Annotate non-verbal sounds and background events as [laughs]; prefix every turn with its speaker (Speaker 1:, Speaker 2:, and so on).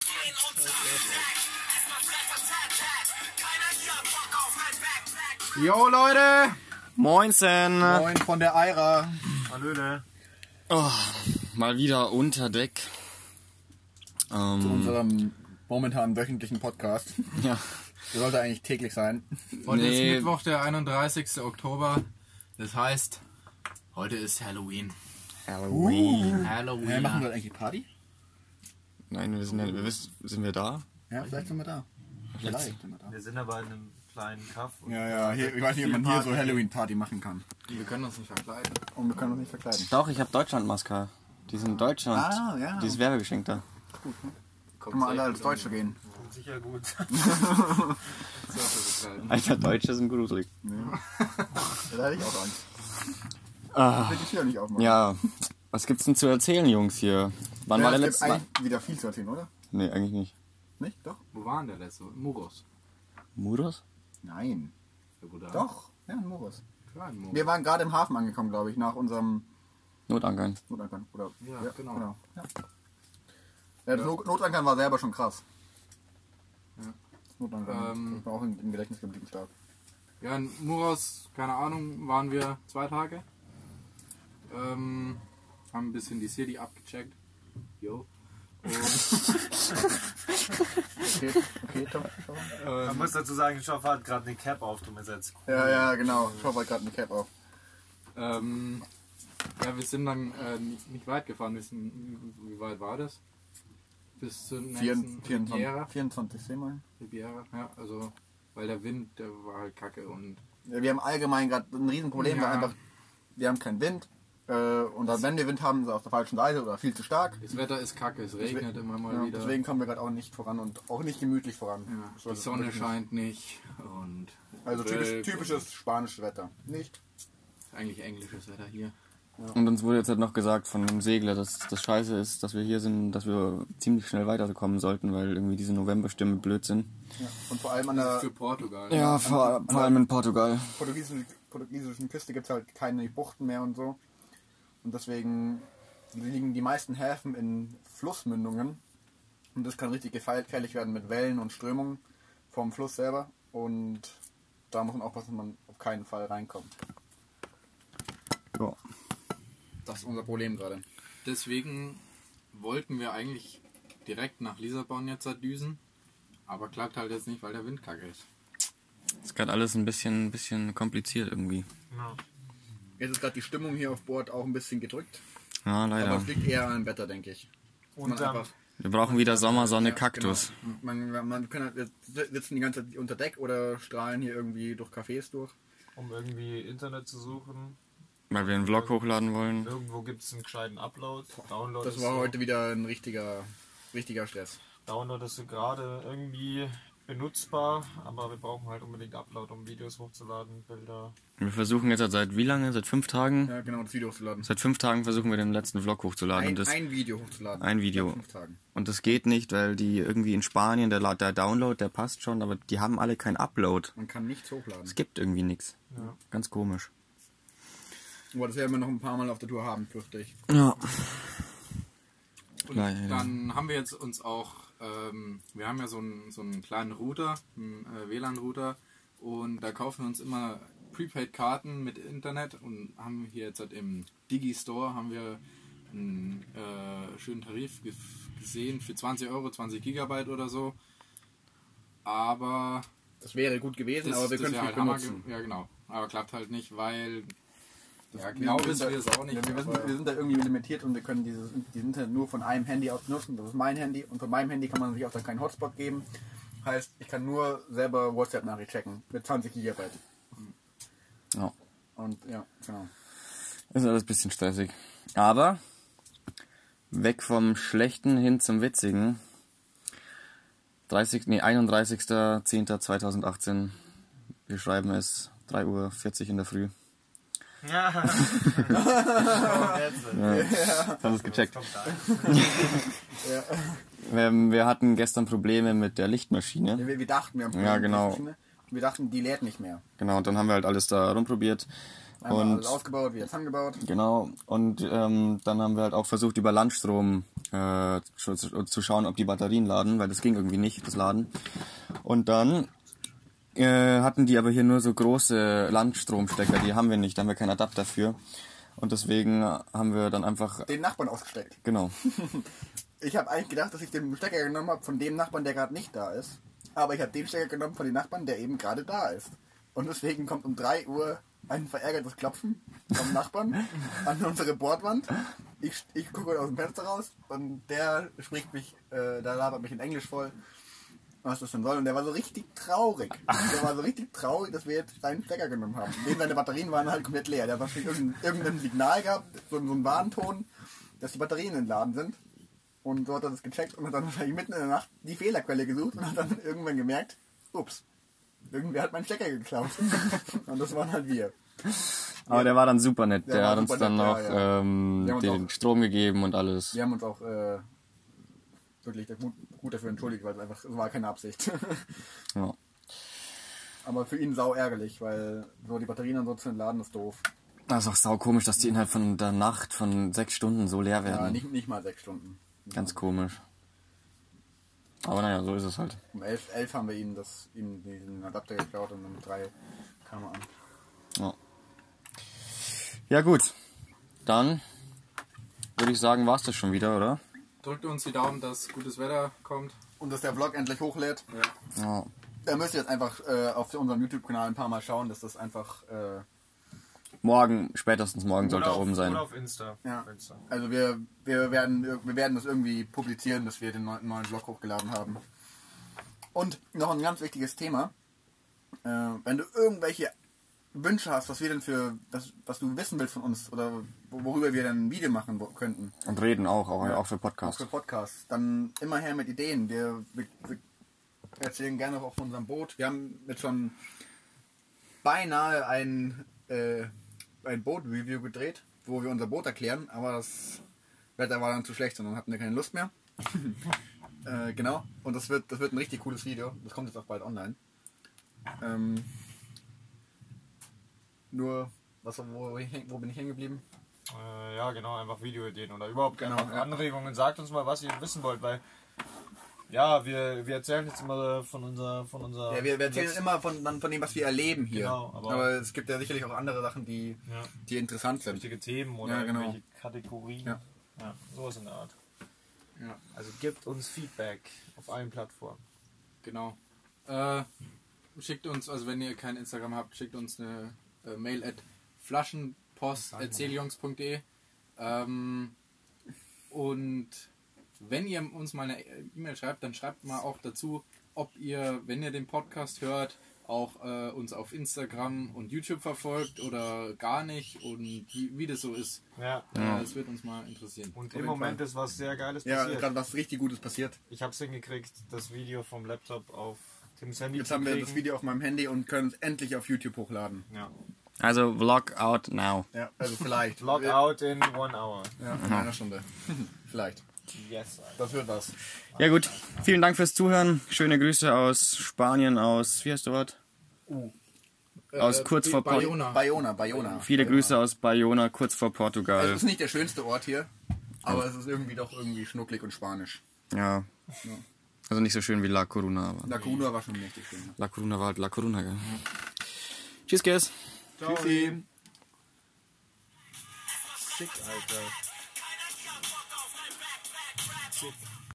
Speaker 1: in unser Vertrag. Erstmal Treffer, Tat, Tat. Keiner hier hat Bock auf mein Backpack.
Speaker 2: Jo Leute!
Speaker 3: Moinsen.
Speaker 2: Moin von der Eira. Hallöle.
Speaker 3: Oh, mal wieder unter Deck.
Speaker 2: Zu
Speaker 3: Ähm,
Speaker 2: unserem momentan wöchentlichen Podcast.
Speaker 3: ja.
Speaker 2: Der sollte eigentlich täglich sein.
Speaker 4: Heute
Speaker 3: Nee.
Speaker 4: ist Mittwoch, der 31. Oktober. Das heißt, heute ist Halloween.
Speaker 3: Halloween.
Speaker 4: Halloween.
Speaker 2: Ja, machen wir eigentlich die Party?
Speaker 3: Nein, wir sind, ja, wir wissen, sind wir da?
Speaker 2: Ja, vielleicht sind wir da. Vielleicht sind wir da.
Speaker 5: Wir sind aber in einem kleinen Kaff. und-
Speaker 2: Ja, ja, hier, ich weiß nicht, ob man hier so Halloween-Party machen kann.
Speaker 4: wir können uns nicht verkleiden.
Speaker 2: Und wir können uns nicht verkleiden.
Speaker 3: Doch, ich habe Deutschlandmaske. Die sind in Deutschland.
Speaker 2: Ah, ja.
Speaker 3: Dieses Werbegeschenk da.
Speaker 2: Können wir alle als Deutsche gehen.
Speaker 5: Sicher gut.
Speaker 3: Alter, Deutsche sind gruselig.
Speaker 2: Ja, da hätte ich auch Angst.
Speaker 3: Ah,
Speaker 2: Hätte ich hier nicht aufmachen.
Speaker 3: ja. Was gibt's denn zu erzählen, Jungs, hier? Wann war der
Speaker 2: es gibt
Speaker 3: letzte Mal?
Speaker 2: eigentlich wieder viel zu erzählen, oder?
Speaker 3: Nee, eigentlich nicht.
Speaker 2: Nicht? Doch?
Speaker 4: Wo waren der letzte? Muros.
Speaker 3: Muros?
Speaker 2: Nein.
Speaker 4: Ja, gut, da-
Speaker 2: Doch. Ja, in Moros.
Speaker 4: Ja, in Muros.
Speaker 2: Ah. Wir waren gerade im Hafen angekommen, glaube ich, nach unserem
Speaker 3: Notangang.
Speaker 2: Notankern. Oder,
Speaker 4: Ja, genau.
Speaker 2: Ja. Ja, das Not- Notankern war selber schon krass. Das Notankern
Speaker 4: Ähm.
Speaker 2: das war auch im, im Gedächtnis geblieben stark.
Speaker 4: Ja, in Muros, keine Ahnung, waren wir zwei Tage. Ähm, haben ein bisschen die City abgecheckt. Jo. Und,
Speaker 2: Okay, okay, top. top.
Speaker 5: Man muss dazu sagen, der Schaffer hat gerade eine Cap auf, du mir jetzt cool.
Speaker 2: Ja, ja, genau. Ich hoffe, gerade eine Cap auf.
Speaker 4: ähm, ja, wir sind dann äh, nicht, nicht weit gefahren. Wir sind, wie weit war das? Bis zur nächsten
Speaker 2: 24,
Speaker 4: Riviera.
Speaker 2: 24 Seemeilen.
Speaker 4: Riviera, ja, also, weil der Wind, der war halt kacke und
Speaker 2: Ja, wir haben allgemein gerade ein Riesenproblem, weil
Speaker 4: Ja.
Speaker 2: einfach, wir haben keinen Wind. Äh, und dann, wenn wir Wind haben, ist er auf der falschen Seite oder viel zu stark.
Speaker 4: das Wetter ist kacke, es regnet immer mal
Speaker 2: Ja,
Speaker 4: wieder.
Speaker 2: deswegen kommen wir gerade auch nicht voran und auch nicht gemütlich voran.
Speaker 4: ja,
Speaker 2: So,
Speaker 4: die
Speaker 2: das ist
Speaker 4: Sonne
Speaker 2: wirklich-
Speaker 4: scheint nicht und.
Speaker 2: Also
Speaker 4: Äh,
Speaker 2: typisch, typisches spanisches Wetter. Nicht?
Speaker 4: Eigentlich englisches Wetter hier.
Speaker 3: Und uns wurde jetzt halt noch gesagt von einem Segler, dass das scheiße ist, dass wir hier sind, dass wir ziemlich schnell weiterkommen sollten, weil irgendwie diese Novemberstimmen blöd sind.
Speaker 2: Ja. Und vor allem an der
Speaker 4: Für Portugal.
Speaker 3: Ja, vor, vor allem in Portugal.
Speaker 2: portugiesischen, portugiesischen Küste gibt es halt keine Buchten mehr und so. Und deswegen liegen die meisten Häfen in Flussmündungen. Und das kann richtig gefährlich werden mit Wellen und Strömungen vom Fluss selber. Und da muss man aufpassen, dass man auf keinen Fall reinkommt.
Speaker 3: Ja.
Speaker 2: Das ist unser Problem gerade.
Speaker 4: Deswegen wollten wir eigentlich direkt nach Lissabon jetzt halt düsen, aber klappt halt jetzt nicht, weil der Wind kacke ist.
Speaker 3: Ist gerade alles ein bisschen, ein bisschen kompliziert irgendwie.
Speaker 2: Jetzt ist gerade die Stimmung hier auf Bord auch ein bisschen gedrückt.
Speaker 3: Ja,
Speaker 2: Aber
Speaker 3: leider.
Speaker 2: es liegt eher am Wetter, denke ich. Dass man
Speaker 5: Und dann-
Speaker 2: einfach
Speaker 3: Wir brauchen wieder Sommer, Sonne, Kaktus.
Speaker 2: Genau. Man, man kann halt, wir sitzen die ganze Zeit unter Deck oder strahlen hier irgendwie durch Cafés durch.
Speaker 5: Um irgendwie Internet zu suchen.
Speaker 3: Weil wir einen Vlog hochladen wollen.
Speaker 5: Irgendwo gibt es einen gescheiten Upload. Download
Speaker 2: Das
Speaker 5: ist
Speaker 2: war
Speaker 5: so-
Speaker 2: heute wieder ein richtiger, richtiger Stress.
Speaker 5: Download ist so gerade irgendwie benutzbar, aber wir brauchen halt unbedingt Upload, um Videos hochzuladen, Bilder.
Speaker 3: Wir versuchen jetzt halt seit wie lange? Seit fünf Tagen?
Speaker 2: Ja, genau, das Video hochzuladen.
Speaker 3: Seit fünf Tagen versuchen wir den letzten Vlog hochzuladen. und
Speaker 2: Ein,
Speaker 3: das,
Speaker 2: ein Video hochzuladen.
Speaker 3: Ein Video.
Speaker 2: Nach Fünf Tagen.
Speaker 3: Und das geht nicht, weil die irgendwie in Spanien, der, La- der Download, der passt schon, aber die haben alle kein Upload.
Speaker 2: Man kann nichts hochladen.
Speaker 3: Es gibt irgendwie nichts. Ganz komisch.
Speaker 2: Aber das werden wir noch ein paar Mal auf der Tour haben, fürchte ich.
Speaker 3: Ja.
Speaker 4: Und
Speaker 3: Leider.
Speaker 4: dann haben wir jetzt uns auch, ähm, wir haben ja so einen, so einen kleinen Router, einen äh, WLAN-Router und da kaufen wir uns immer Prepaid-Karten mit Internet und haben hier jetzt halt im Digi-Store haben wir einen äh, schönen Tarif ge- gesehen für 20 Euro, 20 Gigabyte oder so. Aber
Speaker 2: Das wäre gut gewesen, aber wir
Speaker 4: das
Speaker 2: können es
Speaker 4: wär
Speaker 2: nicht
Speaker 4: halt Hammer
Speaker 2: benutzen.
Speaker 4: ge- Ja, genau. Aber klappt halt nicht, weil. Ja,
Speaker 2: Wir
Speaker 4: genau
Speaker 2: sind
Speaker 4: wissen
Speaker 2: da-
Speaker 4: wir es auch nicht.
Speaker 2: Ja, halt, wir, wissen,
Speaker 4: aber-
Speaker 2: wir sind da irgendwie limitiert und wir können dieses, dieses Internet nur von einem Handy aus nutzen. Das ist mein Handy und von meinem Handy kann man sich auch dann keinen Hotspot geben. Heißt, ich kann nur selber WhatsApp-Nachricht checken mit 20 Gigabyte.
Speaker 3: ja.
Speaker 2: Und ja, genau.
Speaker 3: Ist alles ein bisschen stressig. Aber weg vom Schlechten hin zum Witzigen. 30, nee, 31.10.2018. Wir schreiben es 3.40 Uhr in der Früh.
Speaker 5: [laughs] Ja.
Speaker 3: Haben es gecheckt.
Speaker 5: Kommt
Speaker 3: [laughs]
Speaker 5: da.
Speaker 3: Wir, Ähm, wir hatten gestern Probleme mit der Lichtmaschine.
Speaker 2: Wir, wir dachten, wir haben
Speaker 3: Ja, genau.
Speaker 2: Und wir dachten, die lädt nicht mehr.
Speaker 3: Genau, und dann haben wir halt alles da rumprobiert.
Speaker 2: Einmal
Speaker 3: Und
Speaker 2: alles ausgebaut, wieder zusammengebaut.
Speaker 3: Genau, und ähm, dann haben wir halt auch versucht, über Landstrom äh, zu, zu schauen, ob die Batterien laden, weil das ging irgendwie nicht, das Laden. Und dann äh, hatten die aber hier nur so große Landstromstecker, die haben wir nicht, da haben wir keinen Adapter für. Und deswegen haben wir dann einfach,
Speaker 2: Den Nachbarn ausgesteckt. [laughs]
Speaker 3: genau,
Speaker 2: Ich habe eigentlich gedacht, dass ich den Stecker genommen habe von dem Nachbarn, der gerade nicht da ist. Aber ich habe den Stecker genommen von dem Nachbarn, der eben gerade da ist. Und deswegen kommt um 3 Uhr ein verärgertes Klopfen vom Nachbarn an unsere Bordwand. Ich, ich gucke aus dem Fenster raus und der spricht mich, äh, der labert mich in Englisch voll, was das denn soll. Und der war so richtig traurig. Der war so richtig traurig, dass wir jetzt seinen Stecker genommen haben. Dem seine Batterien waren halt komplett leer. Der hat wahrscheinlich irgendein, irgendein Signal gehabt, so, so einen Warnton, dass die Batterien entladen sind. Und so hat er das gecheckt und hat dann wahrscheinlich mitten in der Nacht die Fehlerquelle gesucht und hat dann [laughs] irgendwann gemerkt, ups, irgendwer hat meinen Stecker geklaut. und das waren halt wir.
Speaker 3: aber der war dann super nett, der,
Speaker 2: war
Speaker 3: hat uns
Speaker 2: super
Speaker 3: dann
Speaker 2: nett,
Speaker 3: noch
Speaker 2: ja, ja.
Speaker 3: Ähm,
Speaker 2: Der hat uns
Speaker 3: den
Speaker 2: auch-
Speaker 3: Strom gegeben und alles.
Speaker 2: Wir haben uns auch äh, wirklich gut, gut dafür entschuldigt, weil es einfach es war keine Absicht. [laughs]
Speaker 3: Ja.
Speaker 2: Aber für ihn sau ärgerlich, weil so die Batterien und so zu entladen ist doof.
Speaker 3: Das ist auch sau komisch, dass die innerhalb von der Nacht von sechs Stunden so leer
Speaker 2: Ja,
Speaker 3: werden.
Speaker 2: nicht, nicht mal sechs Stunden.
Speaker 3: Ganz komisch. Aber naja, so ist es halt.
Speaker 2: Um elf, elf haben wir ihm, das, ihm diesen Adapter geklaut und um drei kam er an.
Speaker 3: Ja, ja gut. Dann würde ich sagen, war's das schon wieder, oder?
Speaker 4: Drückt uns die Daumen, dass gutes Wetter kommt.
Speaker 2: Und dass der Vlog endlich hochlädt.
Speaker 3: Ja.
Speaker 2: Da müsst ihr jetzt einfach äh, auf unserem YouTube-Kanal ein paar Mal schauen, dass das einfach... Äh,
Speaker 3: Morgen, spätestens morgen sollte
Speaker 5: Oder
Speaker 3: er
Speaker 5: auf-
Speaker 3: oben sein.
Speaker 5: Oder auf Insta.
Speaker 2: Ja.
Speaker 5: Wenn's dann-
Speaker 2: Also wir, wir, werden, wir werden das irgendwie publizieren, dass wir den neuen, neuen Vlog hochgeladen haben. Und noch ein ganz wichtiges Thema. Äh, wenn du irgendwelche Wünsche hast, was wir denn für, was, was du wissen willst von uns oder wo- worüber wir dann ein Video machen wo- könnten,
Speaker 3: Und reden auch, auch, auch für
Speaker 2: auch für
Speaker 3: Podcasts.
Speaker 2: Podcasts, dann immer her mit Ideen. Wir, wir, wir erzählen gerne auch von unserem Boot. Wir haben jetzt schon beinahe ein, äh, ein Boot-Review gedreht, wo wir unser Boot erklären, aber das Wetter war dann zu schlecht und dann hatten wir keine Lust mehr. äh, genau, und das wird, das wird ein richtig cooles Video. Das kommt jetzt auch bald online. Ähm, nur, was, wo, wo häng- wo bin ich hängen geblieben?
Speaker 5: Äh, ja, genau, einfach Videoideen oder überhaupt
Speaker 2: Genau,
Speaker 5: einfach
Speaker 2: ja.
Speaker 5: Anregungen. Sagt uns mal, was ihr wissen wollt, weil ja, wir, wir erzählen jetzt immer von unserer von unserer
Speaker 2: Ja, wir, wir erzählen immer von, dann von dem, was wir erleben hier.
Speaker 5: Genau, aber-
Speaker 2: aber, es gibt ja sicherlich auch andere Sachen, die,
Speaker 5: Ja.
Speaker 2: die interessant sind.
Speaker 5: wichtige Themen oder
Speaker 2: Ja, genau.
Speaker 5: irgendwelche Kategorien. Ja.
Speaker 2: Ja.
Speaker 5: sowas in der Art.
Speaker 4: Ja.
Speaker 5: Also gebt uns Feedback auf allen Plattformen.
Speaker 4: Genau. Äh, schickt uns, also wenn ihr kein Instagram habt, schickt uns eine äh, Mail at flaschenpost.seeljungs.de ähm, Und wenn ihr uns mal eine äh, E-Mail schreibt, dann schreibt mal auch dazu, ob ihr, wenn ihr den Podcast hört, auch äh, uns auf Instagram und YouTube verfolgt oder gar nicht und wie, wie das so ist.
Speaker 5: Ja.
Speaker 4: Äh, das wird uns mal interessieren.
Speaker 5: Und
Speaker 4: Auf
Speaker 5: im
Speaker 4: jeden
Speaker 5: Moment
Speaker 4: Fall.
Speaker 5: ist was sehr Geiles
Speaker 2: Ja,
Speaker 5: passiert.
Speaker 2: gerade was richtig Gutes passiert.
Speaker 5: Ich hab's hingekriegt, das Video vom Laptop auf Tim's Handy
Speaker 2: Jetzt
Speaker 5: zu
Speaker 2: haben wir
Speaker 5: kriegen.
Speaker 2: das Video auf meinem Handy und können es endlich auf YouTube hochladen.
Speaker 5: Ja.
Speaker 3: Also Vlog out now.
Speaker 2: Ja, [laughs] also vielleicht.
Speaker 5: Log
Speaker 2: Wir-
Speaker 5: out in one hour.
Speaker 2: Ja, in einer Stunde. [laughs] vielleicht.
Speaker 5: Yes. Alter.
Speaker 2: Das wird was.
Speaker 3: Ja gut, vielen Dank fürs Zuhören. Schöne Grüße aus Spanien, aus, wie heißt der Ort?
Speaker 5: Uh.
Speaker 3: Aus
Speaker 5: Äh,
Speaker 3: kurz vor Pod-
Speaker 4: Bayona.
Speaker 2: Bayona, Bayona.
Speaker 3: Viele Grüße aus Bayona, kurz vor
Speaker 2: Also,
Speaker 3: Portugal.
Speaker 2: es ist nicht der schönste Ort hier, aber es ist irgendwie doch irgendwie schnucklig und spanisch.
Speaker 3: Ja. Also nicht so schön wie La Coruna, aber.
Speaker 2: La Coruña war schon richtig schön.
Speaker 3: La Coruna war halt La Coruna, gell? Tschüss, Guys.
Speaker 2: Tschüssi.
Speaker 5: Schick, Alter.
Speaker 1: Keiner hier Bock auf ein Back, Back, Back.